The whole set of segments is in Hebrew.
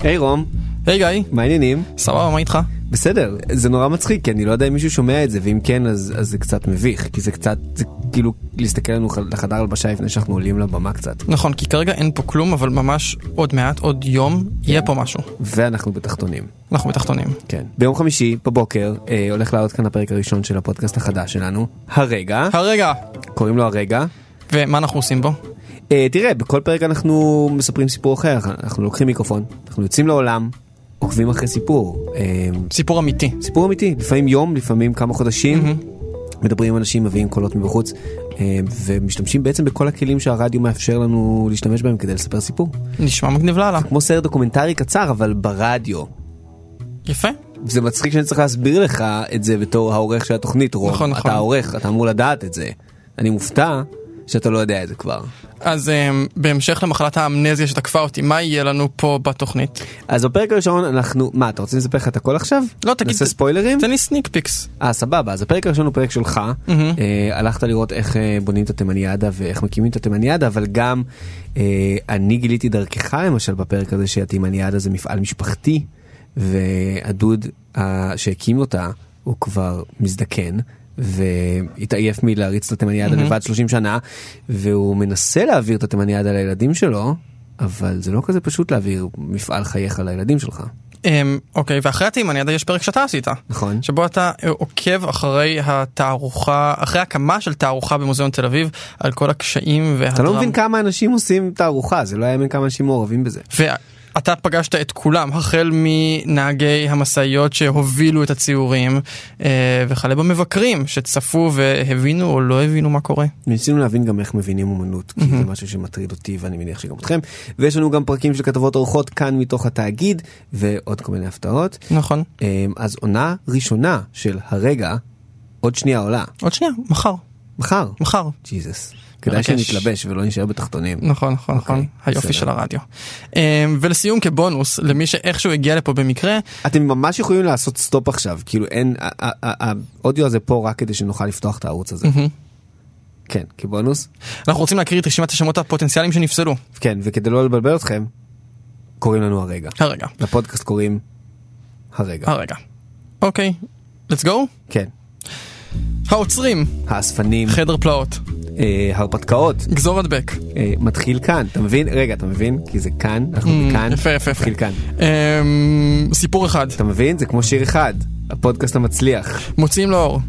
היי רום, היי גיא, מה העניינים? סבבה, מה איתך? בסדר, זה נורא מצחיק, כי אני לא יודע אם מישהו שומע את זה, ואם כן, אז, אז זה קצת מביך, כי זה קצת, זה כאילו להסתכל לנו ח- לחדר הלבשה לפני שאנחנו עולים לבמה קצת. נכון, כי כרגע אין פה כלום, אבל ממש עוד מעט, עוד יום, יהיה פה משהו. ואנחנו בתחתונים, אנחנו בתחתונים. כן. ביום חמישי, בבוקר, אה, הולך לעלות כאן הפרק הראשון של הפודקאסט החדש שלנו, הרגע, הרגע, קוראים לו הרגע. ומה אנחנו עושים בו? אה, תראה, בכל פרק אנחנו מספרים סיפור אחר, אנחנו לוקחים מיקרופון, אנחנו יוצאים לעולם, עוקבים אחרי סיפור. אה, סיפור אמיתי. סיפור אמיתי, לפעמים יום, לפעמים כמה חודשים. מדברים עם אנשים, מביאים קולות מבחוץ, אה, ומשתמשים בעצם בכל הכלים שהרדיו מאפשר לנו להשתמש בהם כדי לספר סיפור. נשמע מגניב לאללה. כמו סרט דוקומנטרי קצר, אבל ברדיו. יפה. זה מצחיק שאני צריך להסביר לך את זה בתור העורך של התוכנית, רוב. נכון, נכון. אתה העורך, אתה אמור לדעת את זה. אני מופתע שאתה לא יודע את זה כבר. אז אמ, בהמשך למחלת האמנזיה שתקפה אותי, מה יהיה לנו פה בתוכנית? אז בפרק הראשון אנחנו... מה, אתה רוצה לספר לך את הכל עכשיו? לא, תגיד- נעשה ספוילרים? תן לי סניק פיקס. אה סבבה אז הפרק הראשון הוא פרק שלך אה, הלכת לראות איך אה, בונים את התימניאדה ואיך מקימים את התימניאדה אבל גם אה, אני גיליתי דרכך למשל בפרק הזה שהתימניאדה זה מפעל משפחתי והדוד אה, שהקים אותה הוא כבר מזדקן. והתעייף מלהריץ את התימניאדה לבד 30 שנה והוא מנסה להעביר את התימניאדה לילדים שלו אבל זה לא כזה פשוט להעביר מפעל חייך לילדים שלך אמ, אוקיי, ואחרי התימניאדה יש פרק שאתה עשית. נכון שבו אתה אה, עוקב אחרי התערוכה, אחרי הקמה של תערוכה במוזיאון תל אביב, על כל הקשיים והדרמה. אתה לא מבין כמה אנשים עושים תערוכה, זה לא יאמן כמה אנשים מעורבים בזה. ואתה פגשת את כולם, החל מנהגי המשאיות שהובילו את הציורים, אה, וכלה במבקרים שצפו והבינו או לא הבינו מה קורה. ניסינו להבין גם איך מבינים אומנות, כי זה משהו שמטריד אותי ואני מניח שגם אתכם. ויש לנו גם פרקים של כתבות אורחות כאן מתוך התאגיד, ועוד כל מיני הפתעות. נכון. אמ, אז עונה ראשונה של הרגע, עוד שנייה עולה, עוד שנייה, מחר, מחר. מחר. ג'יזוס. כדאי מרגש. שנתלבש ולא נישאר בתחתונים. נכון, נכון, נכון, היופי בסדר. של הרדיו. אה, ולסיום כבונוס, למי שאיכשהו הגיע לפה במקרה, אתם ממש יכולים לעשות סטופ עכשיו, כאילו אין, ה- ה- ה- האודיו הזה פה רק כדי שנוכל לפתוח את הערוץ הזה. כן, כבונוס. אנחנו רוצים להקריא את רשימת השמות הפוטנציאליים שנפסלו. כן, וכדי לא לבלבל אתכם, קוראים לנו הרגע. הרגע, לפודקאסט קוראים הרגע. הרגע. אוקיי, let's go. כן. העוצרים, האספנים, חדר פלאות, אה, הרפתקאות, גזור הדבק. אה, מתחיל כאן, אתה מבין? רגע, אתה מבין? כי זה כאן, אנחנו מכאן, Mm, יפה, יפה, יפה. מתחיל כאן. אמ, סיפור אחד, אתה מבין? זה כמו שיר אחד, הפודקאסט המצליח, מוציאים לאור,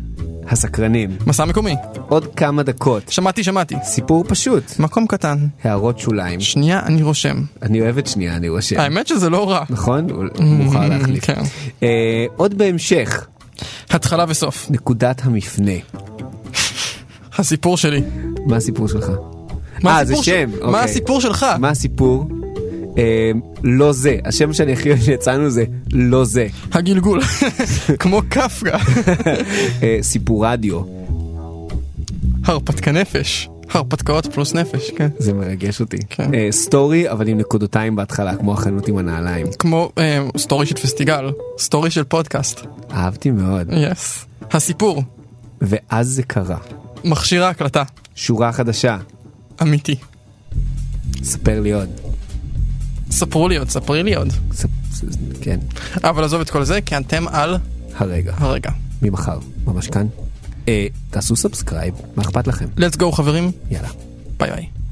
הסקרנים. מסע מקומי, עוד כמה דקות, שמעתי שמעתי, סיפור פשוט, מקום קטן, הערות שוליים. שנייה אני רושם, אני אוהב את שנייה, אני רושם. האמת שזה לא רע, נכון? הוא מוכר להחליף. כן. אה, עוד בהמשך, התחלה וסוף, נקודת המפנה. הסיפור שלי, מה הסיפור שלך? מה אה, זה הסיפור שם, של- אוקיי. מה הסיפור שלך, מה הסיפור? אה, לא זה, השם שאני הכי אוהב שיצאנו זה לא זה. הגלגול, כמו קפקא, אה, סיפור רדיו, הרפתקה נפש, הרפתקאות פלוס נפש, כן, זה מרגש אותי. כן. אה, סטורי, אבל עם נקודותיים בהתחלה, כמו החנות עם הנעליים. כמו אמ, סטורי של פסטיגל, סטורי של פודקאסט, אהבתי מאוד. אה. יס, הסיפור, ואז זה קרה. מכשיר ההקלטה, שורה חדשה, אמיתי, ספר לי עוד. ספרו לי עוד, ספרי לי עוד, ס- ס- כן, אבל עזוב את כל זה, כי אתם על הרגע, הרגע. ממחר, ממש כאן. אה, תעשו סאבסקרייב, מה אכפת לכם? let's go חברים, יאללה. ביי ביי.